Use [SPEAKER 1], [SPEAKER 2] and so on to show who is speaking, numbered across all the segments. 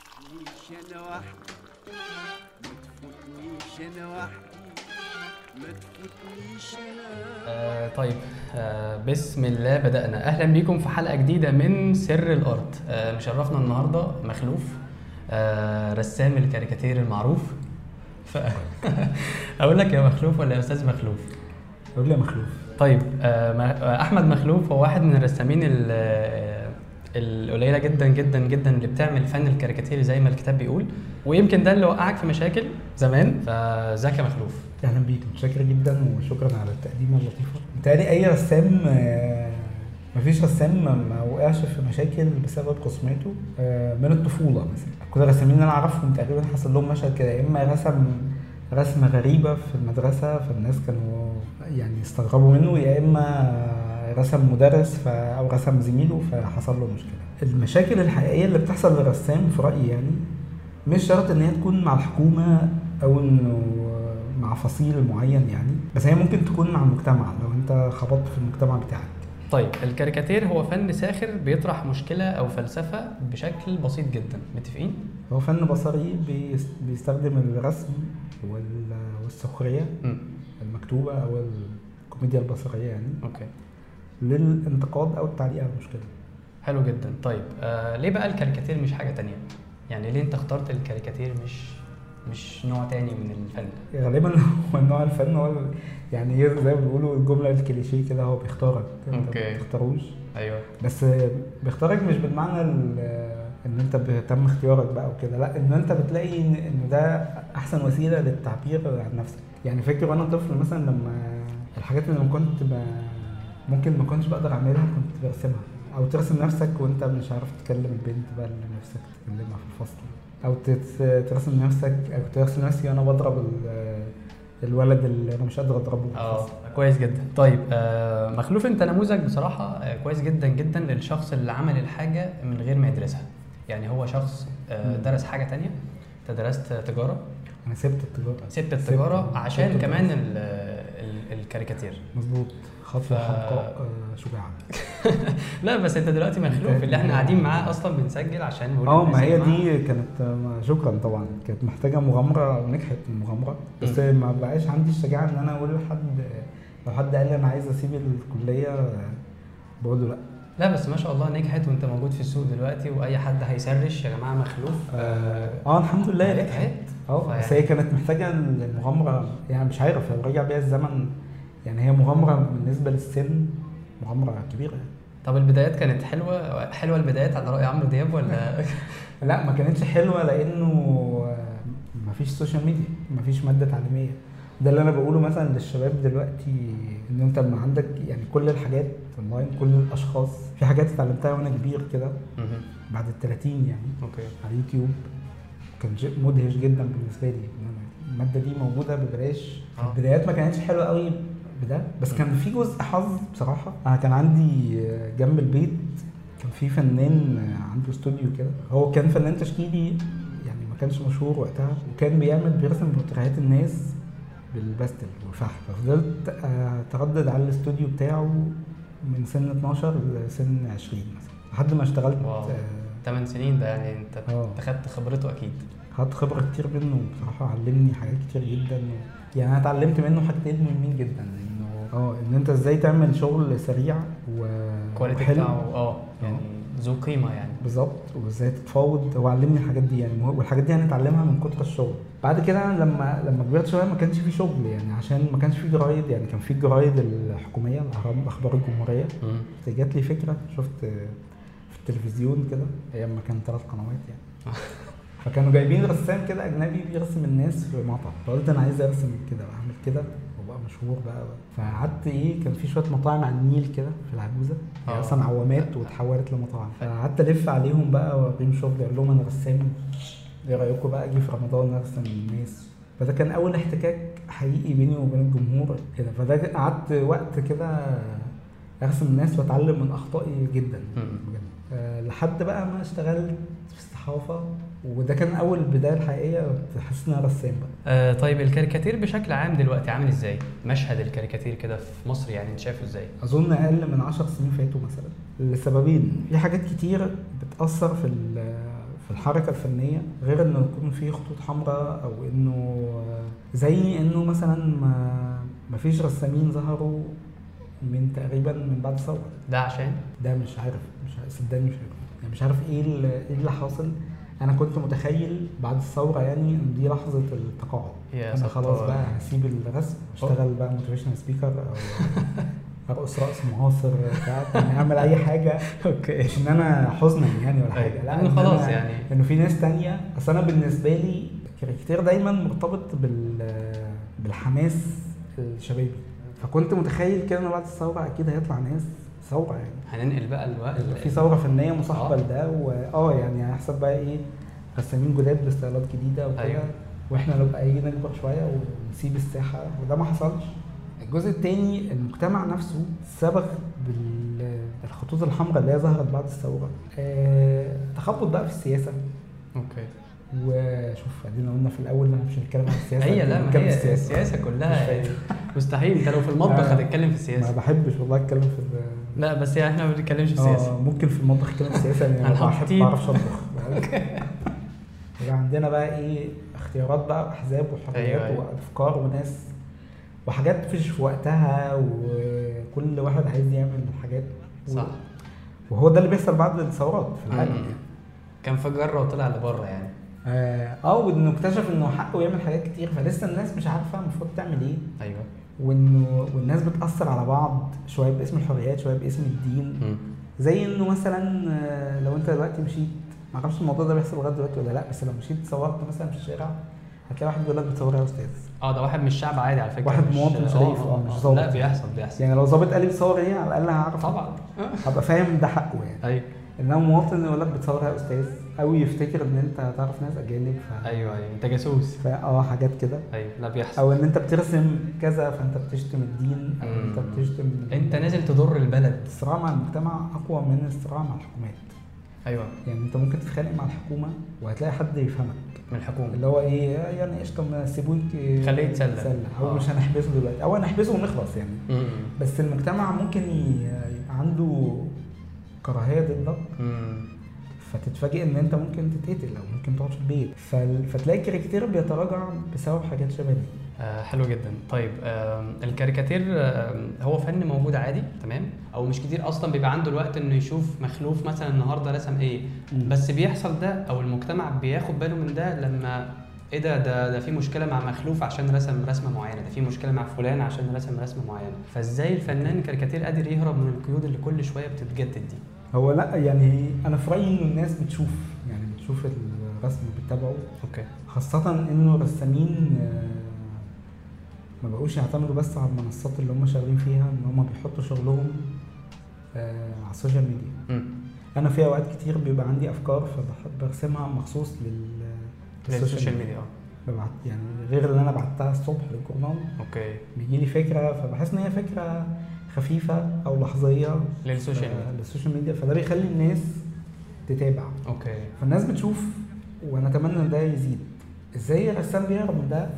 [SPEAKER 1] تفوتنيش انا وحدي ما تفوتنيش انا وحدي ما تفوتنيش انا
[SPEAKER 2] آه طيب آه بسم الله بدأنا أهلا بيكم في حلقة جديدة من سر الأرض آه مشرفنا النهاردة مخلوف آه رسام الكاريكاتير المعروف ف... أقول لك يا مخلوف ولا يا أستاذ مخلوف؟
[SPEAKER 3] قول لي يا مخلوف
[SPEAKER 2] طيب آه م- آه، أحمد مخلوف هو واحد من الرسامين ال- آه، القليلة جدا جدا جدا اللي بتعمل فن الكاريكاتير زي ما الكتاب بيقول ويمكن ده اللي وقعك في مشاكل زمان فذاك يا مخلوف
[SPEAKER 3] اهلا بيك متشكر جدا وشكرا على التقديمه اللطيفه بالتالي اي رسام آه، مفيش رسام ما- ما وقعش في مشاكل بسبب قسمته آه، من الطفوله مثلا كل الرسامين اللي انا اعرفهم تقريبا حصل لهم مشهد كده يا اما رسم رسمه غريبه في المدرسه فالناس كانوا يعني استغربوا منه يا اما رسم مدرس ف... او رسم زميله فحصل له مشكله المشاكل الحقيقيه اللي بتحصل للرسام في رايي يعني مش شرط ان هي تكون مع الحكومه او انه مع فصيل معين يعني بس هي ممكن تكون مع المجتمع لو انت خبطت في المجتمع بتاعك
[SPEAKER 2] طيب الكاريكاتير هو فن ساخر بيطرح مشكلة أو فلسفة بشكل بسيط جدا متفقين؟
[SPEAKER 3] هو فن بصري بيس- بيستخدم الرسم وال- والسخريه
[SPEAKER 2] امم
[SPEAKER 3] المكتوبه او الكوميديا البصريه يعني
[SPEAKER 2] أوكي
[SPEAKER 3] للانتقاد او التعليق على المشكله
[SPEAKER 2] حلو جدا طيب آه ليه بقى الكاريكاتير مش حاجة تانية؟ يعني ليه أنت اخترت الكاريكاتير مش مش نوع تاني من الفن؟
[SPEAKER 3] غالبا هو نوع الفن هو ال- يعني إيه زي ما بيقولوا الجمله الكليشيه كده هو بيختارك انت ما
[SPEAKER 2] أوكي.
[SPEAKER 3] بتختاروش
[SPEAKER 2] أيوه
[SPEAKER 3] بس بيختارك مش بالمعنى ال- ان انت بتم اختيارك بقى وكده لا ان انت بتلاقي ان إن ده احسن وسيله للتعبير عن نفسك يعني فاكر وانا طفل مثلا لما الحاجات اللي ما كنت ب... ممكن ما كنتش بقدر اعملها كنت برسمها او ترسم نفسك وانت مش عارف تكلم البنت بقى اللي نفسك تكلمها في الفصل او تت- ترسم نفسك او ترسم نفسي وانا بضرب ال... الولد اللي انا مش قادر اضربه في
[SPEAKER 2] اه
[SPEAKER 3] الفصل.
[SPEAKER 2] كويس جدا طيب آه مخلوف انت نموذج بصراحه آه كويس جدا جدا للشخص اللي عمل الحاجه من غير ما يدرسها يعني هو شخص آه
[SPEAKER 3] مم.
[SPEAKER 2] درس حاجه تانية انت درست تجاره
[SPEAKER 3] انا سبت التجاره
[SPEAKER 2] سبت التجاره
[SPEAKER 3] سبت-
[SPEAKER 2] عشان
[SPEAKER 3] سبت
[SPEAKER 2] كمان
[SPEAKER 3] الدراسة.
[SPEAKER 2] ال- ال- الكاريكاتير
[SPEAKER 3] مظبوط
[SPEAKER 2] ف-
[SPEAKER 3] خطوه حمقاء آه، شجاعه
[SPEAKER 2] لا بس انت دلوقتي مخلوف اللي احنا قاعدين معاه اصلا بنسجل عشان نقول
[SPEAKER 3] اه
[SPEAKER 2] للناس
[SPEAKER 3] ما
[SPEAKER 2] يا
[SPEAKER 3] هي
[SPEAKER 2] جماعة.
[SPEAKER 3] دي كانت ما- شكرا طبعا كانت محتاجه مغامره ونجحت المغامره بس ما بقاش عندي الشجاعه ان انا اقول لحد لو حد قال لي انا عايز اسيب الكليه بقول له لا
[SPEAKER 2] لا بس ما شاء الله نجحت وانت موجود في السوق دلوقتي واي حد هيسرش يا جماعه مخلوف آه
[SPEAKER 3] اه الحمد لله نجحت
[SPEAKER 2] نجحت يعني
[SPEAKER 3] اه بس
[SPEAKER 2] فيعني-
[SPEAKER 3] هي كانت محتاجه المغامره يعني مش عارف لو رجع بيها الزمن يعني هي مغامره بالنسبه للسن مغامره كبيره
[SPEAKER 2] طب البدايات كانت حلوه حلوه البدايات على راي عمرو دياب ولا
[SPEAKER 3] لا ما كانتش حلوه لانه ما فيش سوشيال ميديا ما فيش ماده تعليميه ده اللي انا بقوله مثلا للشباب دلوقتي ان انت ما عندك يعني كل الحاجات اونلاين كل الاشخاص في حاجات اتعلمتها وانا كبير كده
[SPEAKER 2] مهم.
[SPEAKER 3] بعد ال 30 يعني
[SPEAKER 2] اوكي
[SPEAKER 3] على اليوتيوب كان شيء مدهش جدا بالنسبه لي إن أنا الماده دي موجوده ببلاش
[SPEAKER 2] آه.
[SPEAKER 3] البدايات ما كانتش حلوه قوي بده بس كان في جزء حظ بصراحه انا كان عندي جنب البيت كان في فنان عنده استوديو كده هو كان فنان تشكيلي يعني ما كانش مشهور وقتها وكان بيعمل بيرسم بورتريهات الناس بالباستل والفحم ففضلت اتردد على الاستوديو بتاعه من سن 12 لسن 20 مثلا لحد ما اشتغلت
[SPEAKER 2] واو.
[SPEAKER 3] آه،
[SPEAKER 2] 8 سنين ده يعني انت
[SPEAKER 3] اه.
[SPEAKER 2] انت خدت خبرته اكيد
[SPEAKER 3] خدت خبرة كتير منه بصراحة علمني حاجات كتير جدا و... يعني أنا اتعلمت منه حاجتين مهمين جدا إنه اه إن أنت إزاي تعمل شغل سريع و
[SPEAKER 2] الكواليتي
[SPEAKER 3] وحلو.
[SPEAKER 2] بتاعه اه يعني ذو قيمه يعني
[SPEAKER 3] بالظبط وإزاي تتفاوض هو علمني الحاجات دي يعني مه- والحاجات دي أنا اتعلمها من كتر الشغل بعد كده أنا لما لما كبرت شوية ما كانش في شغل يعني عشان ما كانش في جرايد يعني كان في الجرايد الحكومية الأخبار- أخبار الجمهورية جات لي فكره شفت في التلفزيون كده ايام ما كان ثلاث قنوات يعني فكانوا جايبين رسام كده اجنبي بيرسم الناس في مطعم فقلت انا عايز ارسم كده واعمل كده وابقى مشهور بقى, بقى. فقعدت ايه كان في شويه مطاعم على النيل كده في العجوزه هي
[SPEAKER 2] آه.
[SPEAKER 3] اصلا عوامات واتحولت لمطاعم فقعدت الف عليهم بقى واوريهم شغلي اقول لهم انا رسام ايه رايكم بقى اجي في رمضان ارسم الناس فده كان اول احتكاك حقيقي بيني وبين الجمهور كده فده قعدت وقت كده ارسم الناس واتعلم من اخطائي جدا
[SPEAKER 2] مم.
[SPEAKER 3] بجد أه لحد بقى ما اشتغلت في الصحافه وده كان اول بدايه الحقيقيه كنت حاسس ان انا رسام بقى
[SPEAKER 2] آه طيب الكاريكاتير بشكل عام دلوقتي عامل ازاي؟ مشهد الكاريكاتير كده في مصر يعني انت شايفه ازاي؟
[SPEAKER 3] اظن اقل من 10 سنين فاتوا مثلا لسببين في حاجات كتير بتاثر في ال- في الحركه الفنيه غير انه يكون في خطوط حمراء او انه آه، زي انه مثلا ما ما فيش رسامين ظهروا من تقريبا من بعد ثوره
[SPEAKER 2] ده عشان
[SPEAKER 3] ده مش عارف مش عارف صدقني مش عارف يعني مش عارف ايه ال- ايه اللي حاصل انا كنت متخيل بعد الثوره يعني ان دي لحظه التقاعد
[SPEAKER 2] يا
[SPEAKER 3] انا خلاص
[SPEAKER 2] ستار.
[SPEAKER 3] بقى هسيب الرسم اشتغل بقى موتيفيشنال سبيكر او ارقص رقص معاصر بتاع، يعني اعمل اي حاجه
[SPEAKER 2] اوكي
[SPEAKER 3] مش ان انا حزنا يعني ولا حاجه
[SPEAKER 2] أيوة.
[SPEAKER 3] لا
[SPEAKER 2] إنه
[SPEAKER 3] إن
[SPEAKER 2] خلاص
[SPEAKER 3] أنا-
[SPEAKER 2] يعني.
[SPEAKER 3] انه في ناس تانية اصل انا بالنسبه لي الكاريكاتير دايما مرتبط بال بالحماس الشبابي فكنت متخيل كده ان بعد الثوره اكيد هيطلع ناس ثوره يعني
[SPEAKER 2] هننقل بقى الوقت
[SPEAKER 3] يبقى في ثوره فنيه مصاحبه
[SPEAKER 2] آه.
[SPEAKER 3] لده واه يعني هيحصل بقى ايه رسامين جداد بستايلات جديده وكده
[SPEAKER 2] أيوة.
[SPEAKER 3] أيوة. واحنا نبقى ايه نكبر شويه ونسيب الساحه وده ما حصلش الجزء الثاني المجتمع نفسه سبق بالخطوط الحمراء اللي هي ظهرت بعد الثوره آه تخبط بقى في السياسه
[SPEAKER 2] اوكي
[SPEAKER 3] وشوف ادينا قلنا في الاول ان احنا مش هنتكلم عن السياسه
[SPEAKER 2] هي لا ما
[SPEAKER 3] هنتكلم في
[SPEAKER 2] هي السياسه كلها يعني
[SPEAKER 3] مش
[SPEAKER 2] مستحيل انت لو في المطبخ
[SPEAKER 3] آه.
[SPEAKER 2] هتتكلم في
[SPEAKER 3] ما
[SPEAKER 2] السياسه
[SPEAKER 3] بحبش والله اتكلم في ال-
[SPEAKER 2] لا بس يعني احنا ما بنتكلمش في
[SPEAKER 3] اه
[SPEAKER 2] السياسه
[SPEAKER 3] ممكن في المطبخ كده سياسه يعني انا
[SPEAKER 2] هنحط طيب.
[SPEAKER 3] بحب
[SPEAKER 2] تيب.
[SPEAKER 3] ما بعرفش اطبخ يبقى عندنا بقى ايه اختيارات بقى احزاب وحريات
[SPEAKER 2] أيوة،
[SPEAKER 3] أيوة
[SPEAKER 2] أيوة.
[SPEAKER 3] وافكار وناس وحاجات مفيش في وقتها وكل واحد عايز يعمل حاجات و-
[SPEAKER 2] صح
[SPEAKER 3] وهو ده اللي بيحصل بعد الثورات في العالم
[SPEAKER 2] مم.
[SPEAKER 3] يعني
[SPEAKER 2] كان فجر وطلع لبره يعني
[SPEAKER 3] اه آه، وانه اكتشف انه حقه يعمل حاجات كتير فلسه الناس مش عارفه المفروض تعمل ايه
[SPEAKER 2] ايوه
[SPEAKER 3] وانه والناس بتاثر على بعض شويه باسم الحريات شويه باسم الدين
[SPEAKER 2] مم.
[SPEAKER 3] زي انه مثلا آه، لو انت دلوقتي مشيت ما اعرفش الموضوع ده بيحصل لغايه دلوقتي ولا لا بس لو مشيت صورت مثلا في الشارع هتلاقي واحد بيقول لك بتصور إيه يا استاذ
[SPEAKER 2] اه ده واحد من الشعب عادي على فكره
[SPEAKER 3] واحد
[SPEAKER 2] مش-
[SPEAKER 3] مواطن شريف، آه، مش ظابط.
[SPEAKER 2] لا بيحصل بيحصل
[SPEAKER 3] يعني لو ظابط قال لي بتصور ايه على الاقل هعرف
[SPEAKER 2] طبعا آه.
[SPEAKER 3] هبقى فاهم ده حقه يعني
[SPEAKER 2] ايوه
[SPEAKER 3] انما مواطن يقول لك بتصور إيه يا استاذ او يفتكر ان انت هتعرف ناس اجانب ف
[SPEAKER 2] ايوه ايوه انت جاسوس
[SPEAKER 3] فا اه حاجات كده
[SPEAKER 2] ايوه لا بيحصل
[SPEAKER 3] او ان انت بترسم كذا فانت بتشتم الدين او انت
[SPEAKER 2] مم.
[SPEAKER 3] بتشتم
[SPEAKER 2] انت نازل تضر البلد
[SPEAKER 3] الصراع مع المجتمع اقوى من الصراع مع الحكومات
[SPEAKER 2] ايوه
[SPEAKER 3] يعني انت ممكن تتخانق مع الحكومه وهتلاقي حد يفهمك
[SPEAKER 2] من الحكومه
[SPEAKER 3] اللي هو ايه يعني قشطه ما سيبوك
[SPEAKER 2] خليه يتسلى.
[SPEAKER 3] او
[SPEAKER 2] آه.
[SPEAKER 3] مش هنحبسه دلوقتي او هنحبسه ونخلص يعني
[SPEAKER 2] مم.
[SPEAKER 3] بس المجتمع ممكن ي- يبقى عنده كراهيه ضدك
[SPEAKER 2] مم.
[SPEAKER 3] فتتفاجئ ان انت ممكن تتقتل او ممكن تقعد في البيت فال- فتلاقي الكاريكاتير بيتراجع بسبب حاجات شبه دي
[SPEAKER 2] آه حلو جدا طيب آه الكاريكاتير آه هو فن موجود عادي تمام او مش كتير اصلا بيبقى عنده الوقت انه يشوف مخلوف مثلا النهارده رسم ايه
[SPEAKER 3] مم.
[SPEAKER 2] بس بيحصل ده او المجتمع بياخد باله من ده لما ايه ده ده ده في مشكله مع مخلوف عشان رسم رسمه معينه ده في مشكله مع فلان عشان رسم رسمه معينه فازاي الفنان كاريكاتير قادر يهرب من القيود اللي كل شويه بتتجدد دي
[SPEAKER 3] هو لا يعني انا في رايي انه الناس بتشوف يعني بتشوف الرسم بتتابعه
[SPEAKER 2] اوكي
[SPEAKER 3] خاصه انه الرسامين آه، ما بقوش يعتمدوا بس على المنصات اللي هم شغالين فيها ان هم بيحطوا شغلهم آه، على السوشيال ميديا
[SPEAKER 2] امم
[SPEAKER 3] انا في اوقات كتير بيبقى عندي افكار فبحب برسمها مخصوص لل
[SPEAKER 2] السوشيال ميديا آه. اه
[SPEAKER 3] ببعت يعني غير اللي انا بعتها الصبح للجورنال
[SPEAKER 2] اوكي
[SPEAKER 3] بيجي لي فكره فبحس ان هي فكره خفيفه او لحظيه
[SPEAKER 2] للسوشيال
[SPEAKER 3] ف-
[SPEAKER 2] ميديا
[SPEAKER 3] للسوشيال ميديا فده بيخلي الناس تتابع
[SPEAKER 2] اوكي
[SPEAKER 3] فالناس بتشوف ونتمنى ان ده يزيد ازاي الرسام بيهرب من ده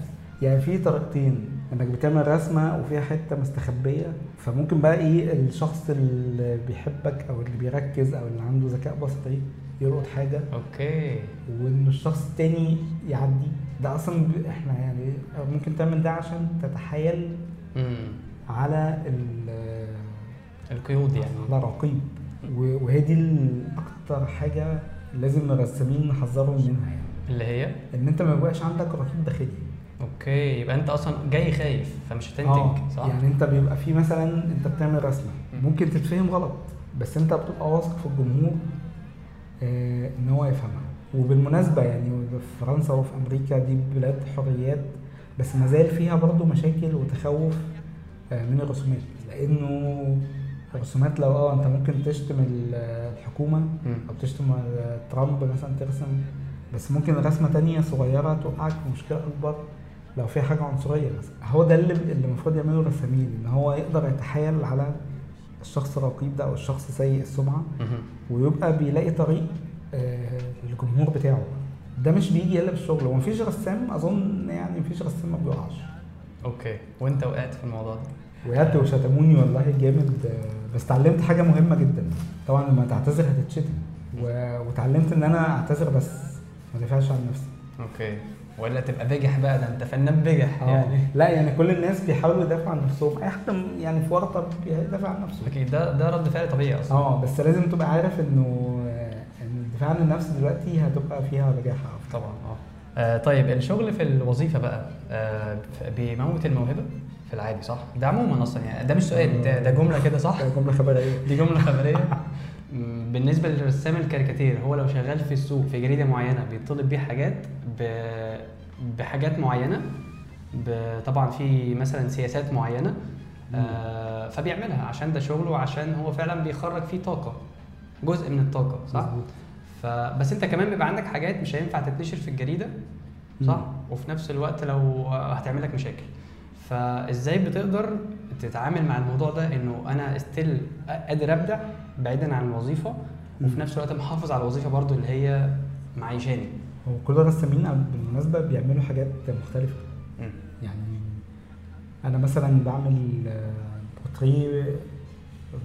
[SPEAKER 3] يعني في طريقتين انك بتعمل رسمه وفيها حته مستخبيه فممكن بقى ايه الشخص اللي بيحبك او اللي بيركز او اللي عنده ذكاء بصري يلقط حاجه
[SPEAKER 2] اوكي
[SPEAKER 3] وان الشخص التاني يعدي ده اصلا ب- احنا يعني ممكن تعمل ده عشان تتحايل
[SPEAKER 2] امم
[SPEAKER 3] على ال-
[SPEAKER 2] القيود يعني
[SPEAKER 3] على رقيب و- وهي دي ال- اكتر حاجه لازم الرسامين نحذرهم منها يعني
[SPEAKER 2] اللي هي
[SPEAKER 3] ان انت ما يبقاش عندك رقيب داخلي
[SPEAKER 2] اوكي يبقى انت اصلا جاي خايف فمش هتنتج صح؟
[SPEAKER 3] يعني انت بيبقى في مثلا انت بتعمل رسمه
[SPEAKER 2] مم.
[SPEAKER 3] ممكن تتفهم غلط بس انت بتبقى واثق في الجمهور آه ان هو يفهمها وبالمناسبه يعني في فرنسا وفي امريكا دي بلاد حريات بس ما زال فيها برضه مشاكل وتخوف آه من الرسومات لانه الرسومات لو اه انت ممكن تشتم ال- الحكومه
[SPEAKER 2] مم.
[SPEAKER 3] او تشتم ترامب مثلا ترسم بس ممكن رسمه تانية صغيره توقعك في مشكله اكبر لو في حاجه عنصريه مثلا هو ده اللي اللي المفروض يعمله الرسامين ان هو يقدر يتحايل على الشخص الرقيب ده او الشخص سيء السمعه
[SPEAKER 2] مهم.
[SPEAKER 3] ويبقى بيلاقي طريق آه، للجمهور بتاعه ده مش بيجي الا بالشغل هو مفيش رسام اظن يعني مفيش رسام ما بيقعش
[SPEAKER 2] اوكي وانت وقعت في الموضوع ده
[SPEAKER 3] وقعت وشتموني والله جامد آه، بس اتعلمت حاجه مهمه جدا طبعا لما تعتذر هتتشتم و- واتعلمت ان انا اعتذر بس ما دافعش عن نفسي
[SPEAKER 2] اوكي ولا تبقى بجح بقى ده انت فنان بجح
[SPEAKER 3] آه.
[SPEAKER 2] يعني
[SPEAKER 3] لا يعني كل الناس بيحاولوا يدافعوا عن نفسهم اي حد يعني في ورطه بيدافع عن نفسه
[SPEAKER 2] اكيد ده ده رد فعل طبيعي اصلا
[SPEAKER 3] اه بس لازم تبقى عارف انه آه، ان الدفاع عن النفس دلوقتي هتبقى فيها بجاحه أكتر.
[SPEAKER 2] طبعا اه آه، طيب الشغل في الوظيفه بقى آه، بيموت الموهبه في العادي صح؟ ده عموما اصلا يعني ده مش سؤال ده, ده جمله كده صح؟
[SPEAKER 3] ده جمله خبريه
[SPEAKER 2] دي جمله خبريه مم، بالنسبه لرسام الكاريكاتير هو لو شغال في السوق في جريده معينه بيطلب بيه حاجات ب... بحاجات معينه ب... طبعا في مثلا سياسات معينه آه فبيعملها عشان ده شغله وعشان هو فعلا بيخرج فيه طاقه جزء من الطاقه صح؟
[SPEAKER 3] مظبوط.
[SPEAKER 2] فبس انت كمان بيبقى عندك حاجات مش هينفع تتنشر في الجريده صح؟
[SPEAKER 3] مم.
[SPEAKER 2] وفي نفس الوقت لو هتعمل لك مشاكل فازاي بتقدر تتعامل مع الموضوع ده انه انا استيل قادر ابدع بعيدا عن الوظيفه وفي
[SPEAKER 3] مم.
[SPEAKER 2] نفس الوقت محافظ على الوظيفه برضو اللي هي معيشاني
[SPEAKER 3] وكل الرسامين بالمناسبه بيعملوا حاجات مختلفه يعني انا مثلا بعمل آه، بورتريه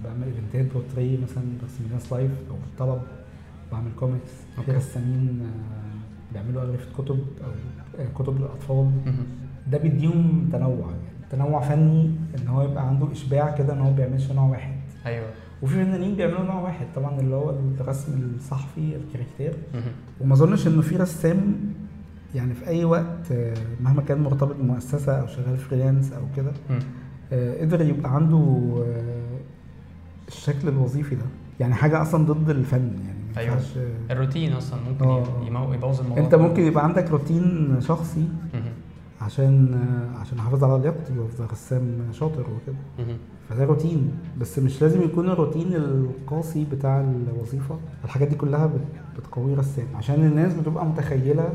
[SPEAKER 3] بعمل ايفنتات بورتريه مثلا برسم ناس لايف او بالطلب بعمل كوميكس في
[SPEAKER 2] أوكي.
[SPEAKER 3] رسامين آه، بيعملوا اغلفه كتب او آه، كتب للاطفال
[SPEAKER 2] مهم.
[SPEAKER 3] ده بيديهم تنوع يعني تنوع فني ان هو يبقى عنده اشباع كده ان هو ما بيعملش نوع واحد
[SPEAKER 2] ايوه
[SPEAKER 3] وفي فنانين بيعملوا نوع واحد طبعا اللي هو الرسم الصحفي الكاريكاتير
[SPEAKER 2] مهم.
[SPEAKER 3] وما اظنش انه في رسام يعني في اي وقت آه، مهما كان مرتبط بمؤسسه او شغال فريلانس او كده
[SPEAKER 2] مم.
[SPEAKER 3] آه، قدر يبقى عنده آه، الشكل الوظيفي ده يعني حاجه اصلا ضد الفن يعني ما
[SPEAKER 2] أيوة.
[SPEAKER 3] ينفعش، آه،
[SPEAKER 2] الروتين اصلا ممكن
[SPEAKER 3] آه.
[SPEAKER 2] يمو- يبوظ الموضوع
[SPEAKER 3] انت ممكن يبقى عندك روتين شخصي
[SPEAKER 2] مهم.
[SPEAKER 3] عشان آه، عشان احافظ على لياقتي وافضل رسام شاطر وكده
[SPEAKER 2] مهم.
[SPEAKER 3] فده روتين بس مش لازم يكون الروتين القاسي بتاع الوظيفه الحاجات دي كلها بت- بتقوي رسام عشان الناس بتبقى متخيله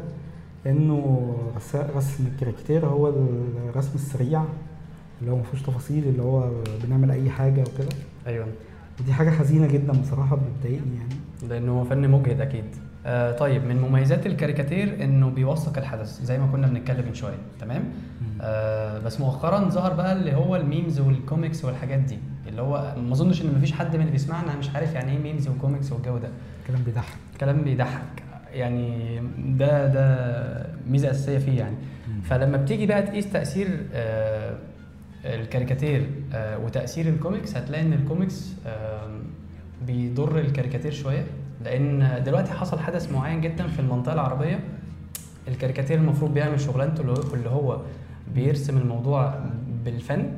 [SPEAKER 3] انه رس- رسم الكاريكاتير هو الرسم السريع اللي هو ما فيهوش تفاصيل اللي هو بنعمل اي حاجه وكده
[SPEAKER 2] ايوه
[SPEAKER 3] ودي حاجه حزينه جدا بصراحه بتضايقني يعني
[SPEAKER 2] لان هو فن مجهد اكيد آه طيب من مميزات الكاريكاتير انه بيوثق الحدث زي ما كنا بنتكلم من شويه تمام آه بس مؤخرا ظهر بقى اللي هو الميمز والكوميكس والحاجات دي اللي هو ما اظنش ان مفيش حد من اللي بيسمعنا مش عارف يعني ايه ميمز وكوميكس والجو ده
[SPEAKER 3] الكلام بيضحك
[SPEAKER 2] كلام بيضحك يعني ده ده ميزه اساسيه فيه يعني فلما بتيجي بقى تقيس تاثير آه الكاريكاتير آه وتاثير الكوميكس هتلاقي ان الكوميكس آه بيضر الكاريكاتير شويه لان دلوقتي حصل حدث معين جدا في المنطقه العربيه الكاريكاتير المفروض بيعمل شغلانته اللي هو- اللي هو بيرسم الموضوع بالفن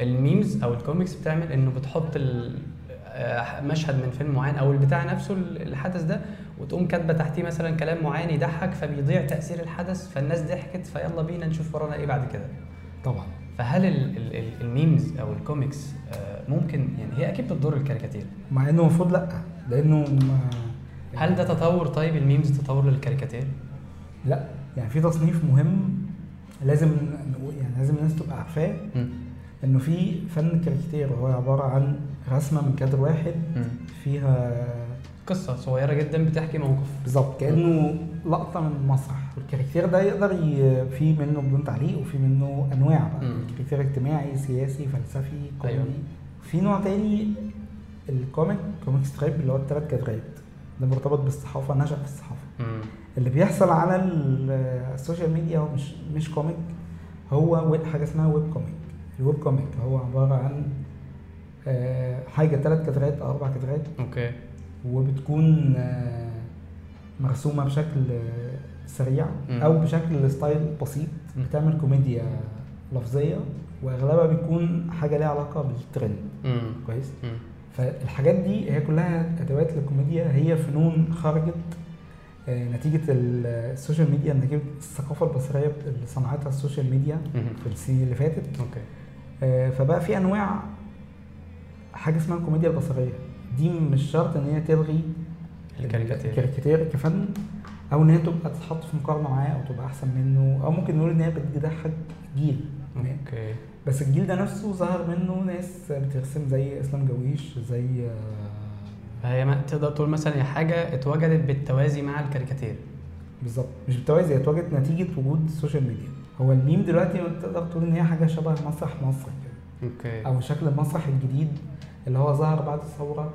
[SPEAKER 2] الميمز او الكوميكس بتعمل انه بتحط ال- آه، مشهد من فيلم معين او البتاع نفسه ال- الحدث ده وتقوم كاتبه تحتيه مثلا كلام معين يضحك فبيضيع تاثير الحدث فالناس ضحكت فيلا بينا نشوف ورانا ايه بعد كده
[SPEAKER 3] طبعا
[SPEAKER 2] فهل ال- ال- ال- الميمز او الكوميكس آه، ممكن يعني هي اكيد بتضر الكاريكاتير
[SPEAKER 3] مع انه المفروض لا لانه ما-
[SPEAKER 2] هل ده تطور طيب الميمز تطور للكاريكاتير
[SPEAKER 3] لا يعني في تصنيف مهم لازم نقول- يعني لازم الناس تبقى عارفاه
[SPEAKER 2] مم.
[SPEAKER 3] انه في فن كاريكاتير هو عباره عن رسمه من كادر واحد
[SPEAKER 2] مم.
[SPEAKER 3] فيها
[SPEAKER 2] قصه صغيره جدا بتحكي موقف
[SPEAKER 3] بالظبط كانه لقطه من المسرح والكاريكاتير ده يقدر ي... في منه بدون تعليق وفي منه انواع بقى
[SPEAKER 2] مم.
[SPEAKER 3] كاريكاتير اجتماعي سياسي فلسفي كوميدي
[SPEAKER 2] أيوة.
[SPEAKER 3] أيوة. في نوع تاني الكوميك كوميك ستريب اللي هو الثلاث كادرات ده مرتبط بالصحافه نشأ في الصحافه
[SPEAKER 2] مم.
[SPEAKER 3] اللي بيحصل على ال- السوشيال ميديا هو مش مش كوميك هو ويب- حاجه اسمها ويب كوميك الويب كوميك هو عباره عن آه، حاجه ثلاث كادرات او اربع كادرات
[SPEAKER 2] اوكي
[SPEAKER 3] وبتكون آه، مرسومه بشكل آه، سريع
[SPEAKER 2] مم.
[SPEAKER 3] او بشكل ستايل بسيط
[SPEAKER 2] مم.
[SPEAKER 3] بتعمل كوميديا لفظيه واغلبها بيكون حاجه ليها علاقه بالترند
[SPEAKER 2] مم.
[SPEAKER 3] كويس
[SPEAKER 2] مم.
[SPEAKER 3] فالحاجات دي هي كلها ادوات للكوميديا هي فنون خرجت آه، نتيجه ال- السوشيال ميديا نتيجه الثقافه البصريه اللي صنعتها السوشيال ميديا
[SPEAKER 2] مم.
[SPEAKER 3] في السنين اللي فاتت
[SPEAKER 2] اوكي
[SPEAKER 3] آه، فبقى في انواع حاجه اسمها الكوميديا البصريه دي مش شرط ان هي تلغي
[SPEAKER 2] الكاريكاتير
[SPEAKER 3] الكاريكاتير كفن او ان هي تبقى تتحط في مقارنه معاه او تبقى احسن منه او ممكن نقول ان هي بتضحك جيل
[SPEAKER 2] اوكي
[SPEAKER 3] بس الجيل ده نفسه ظهر منه ناس بترسم زي اسلام جويش زي آه،
[SPEAKER 2] فهي ما تقدر تقول مثلا هي حاجه اتوجدت بالتوازي مع الكاريكاتير
[SPEAKER 3] بالظبط مش بالتوازي هي اتواجدت نتيجه وجود السوشيال ميديا هو الميم دلوقتي تقدر تقول ان هي حاجه شبه مسرح مصر كده
[SPEAKER 2] اوكي
[SPEAKER 3] او شكل المسرح الجديد اللي هو ظهر بعد الثوره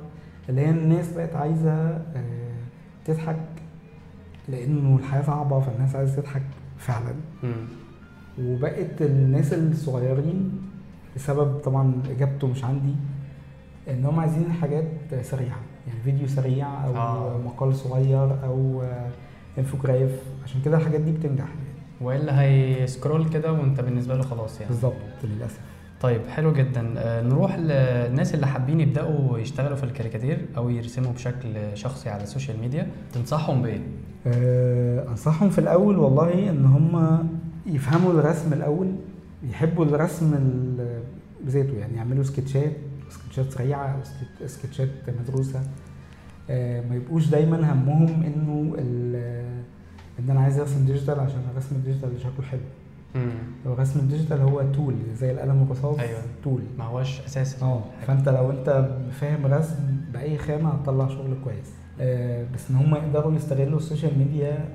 [SPEAKER 3] اللي هي الناس بقت عايزه آه، تضحك لانه الحياه صعبه فالناس عايزه تضحك فعلا
[SPEAKER 2] مم.
[SPEAKER 3] وبقت الناس الصغيرين بسبب طبعا اجابته مش عندي ان هم عايزين حاجات سريعه يعني فيديو سريع او
[SPEAKER 2] آه.
[SPEAKER 3] آه. مقال صغير او آه، انفوجراف عشان كده الحاجات دي بتنجح
[SPEAKER 2] والا هيسكرول كده وانت بالنسبه له خلاص يعني
[SPEAKER 3] بالظبط للاسف
[SPEAKER 2] طيب حلو جدا آه، نروح للناس اللي حابين يبداوا يشتغلوا في الكاريكاتير او يرسموا بشكل شخصي على السوشيال ميديا تنصحهم بايه
[SPEAKER 3] أه انصحهم في الاول والله ان هم يفهموا الرسم الاول يحبوا الرسم ال- بذاته يعني يعملوا سكتشات سكتشات سريعه او سكت- سكتشات مدروسه أه ما يبقوش دايما همهم انه ال- ان انا عايز ارسم ديجيتال عشان الرسم الديجيتال شكله حلو هو الرسم الديجيتال هو تول زي القلم الرصاص
[SPEAKER 2] أيوة.
[SPEAKER 3] تول
[SPEAKER 2] ما هوش اساسي
[SPEAKER 3] اه فانت لو انت فاهم رسم باي خامه هتطلع شغل كويس آه، بس ان هم يقدروا يستغلوا السوشيال ميديا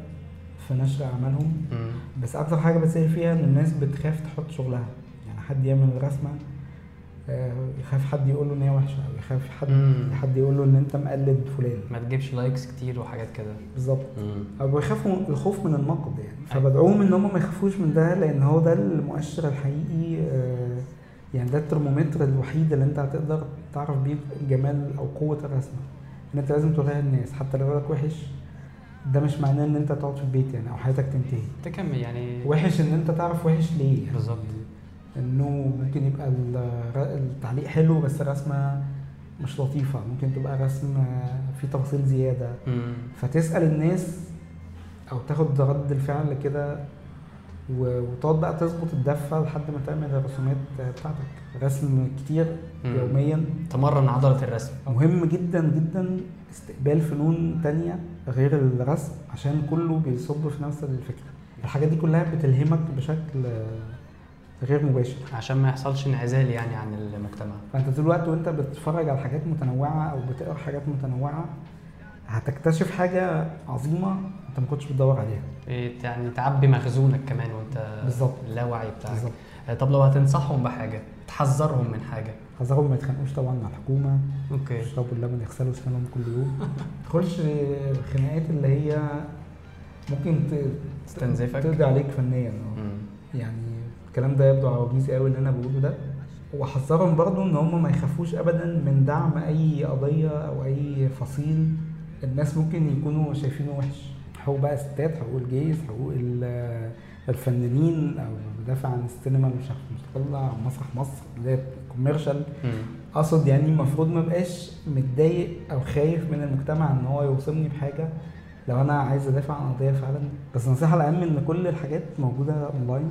[SPEAKER 3] في نشر اعمالهم
[SPEAKER 2] مم.
[SPEAKER 3] بس اكتر حاجه بتسال فيها ان الناس بتخاف تحط شغلها يعني حد يعمل رسمه آه، يخاف حد يقول له ان هي وحشه او يخاف حد
[SPEAKER 2] مم.
[SPEAKER 3] حد يقول له ان انت مقلد فلان
[SPEAKER 2] ما تجيبش لايكس كتير وحاجات كده
[SPEAKER 3] بالظبط او بيخافوا الخوف من النقد يعني فبدعوهم ان هم ما يخافوش من ده لان هو ده المؤشر الحقيقي آه، يعني ده الترمومتر الوحيد اللي انت هتقدر تعرف بيه جمال او قوه الرسمه ان انت لازم توريها للناس حتى لو رايك وحش ده مش معناه ان انت تقعد في البيت يعني او حياتك تنتهي
[SPEAKER 2] تكمل يعني
[SPEAKER 3] وحش ان انت تعرف وحش ليه يعني
[SPEAKER 2] بالظبط.
[SPEAKER 3] انه ممكن يبقى الر- التعليق حلو بس الرسمه مش لطيفه ممكن تبقى رسم آه، فيه تفاصيل زياده
[SPEAKER 2] مم.
[SPEAKER 3] فتسأل الناس أو تاخد رد الفعل كده و- وتقعد بقى تظبط الدفة لحد ما تعمل الرسومات بتاعتك رسم كتير
[SPEAKER 2] مم.
[SPEAKER 3] يوميا
[SPEAKER 2] تمرن عضله الرسم
[SPEAKER 3] مهم جدا جدا استقبال فنون تانية غير الرسم عشان كله بيصب في نفس الفكرة الحاجات دي كلها بتلهمك بشكل آه، غير مباشر
[SPEAKER 2] عشان ما يحصلش انعزال يعني عن المجتمع
[SPEAKER 3] فانت طول الوقت وانت بتتفرج على حاجات متنوعه او بتقرا حاجات متنوعه هتكتشف حاجه عظيمه انت ما كنتش بتدور عليها
[SPEAKER 2] إيه، يعني تعبي مخزونك كمان وانت
[SPEAKER 3] بالظبط.
[SPEAKER 2] اللاوعي بتاعك
[SPEAKER 3] بالظبط.
[SPEAKER 2] آه، طب لو هتنصحهم بحاجه تحذرهم من حاجه
[SPEAKER 3] حذرهم ما يتخانقوش طبعا مع الحكومه
[SPEAKER 2] اوكي
[SPEAKER 3] يشربوا اللبن يغسلوا اسنانهم كل يوم ما تدخلش الخناقات اللي هي ممكن ت-
[SPEAKER 2] استنزفك
[SPEAKER 3] تقضي عليك فنيا آه.
[SPEAKER 2] مم.
[SPEAKER 3] يعني الكلام ده يبدو عواجيز قوي اللي انا بقوله ده واحذرهم برضو ان هم ما يخافوش ابدا من دعم اي قضيه او اي فصيل الناس ممكن يكونوا شايفينه وحش حقوق بقى الستات حقوق الجيز حقوق ال- الفنانين او بدافع عن السينما مش عارف مستقله عن مسرح مصر اللي هي كوميرشال
[SPEAKER 2] مم.
[SPEAKER 3] اقصد يعني المفروض ما بقاش متضايق او خايف من المجتمع ان هو يوصمني بحاجه لو انا عايز ادافع عن قضيه فعلا بس نصيحه الاهم ان كل الحاجات موجوده اونلاين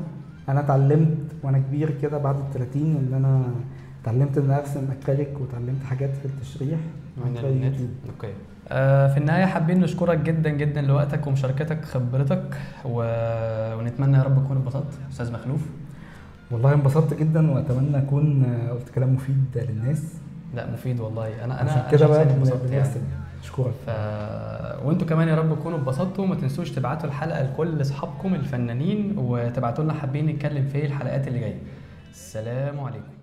[SPEAKER 3] انا اتعلمت وانا كبير كده بعد ال 30 ان انا اتعلمت ان ارسم اكريليك وتعلمت حاجات في التشريح عن
[SPEAKER 2] من
[SPEAKER 3] طريق
[SPEAKER 2] النت
[SPEAKER 3] يوتيوب.
[SPEAKER 2] اوكي آه في النهايه حابين نشكرك جدا جدا لوقتك ومشاركتك خبرتك و... ونتمنى يا رب تكون اتبسطت استاذ مخلوف
[SPEAKER 3] والله انبسطت جدا واتمنى اكون آه، قلت كلام مفيد للناس
[SPEAKER 2] لا مفيد والله انا انا
[SPEAKER 3] عشان
[SPEAKER 2] أنا
[SPEAKER 3] كده بقى
[SPEAKER 2] شخصياً اتبسطت يعني
[SPEAKER 3] بنرسم. اشكرك
[SPEAKER 2] ف... وانتوا كمان يا رب تكونوا اتبسطتوا وما تنسوش تبعتوا الحلقه لكل اصحابكم الفنانين وتبعتوا لنا حابين نتكلم في إيه الحلقات اللي جايه السلام عليكم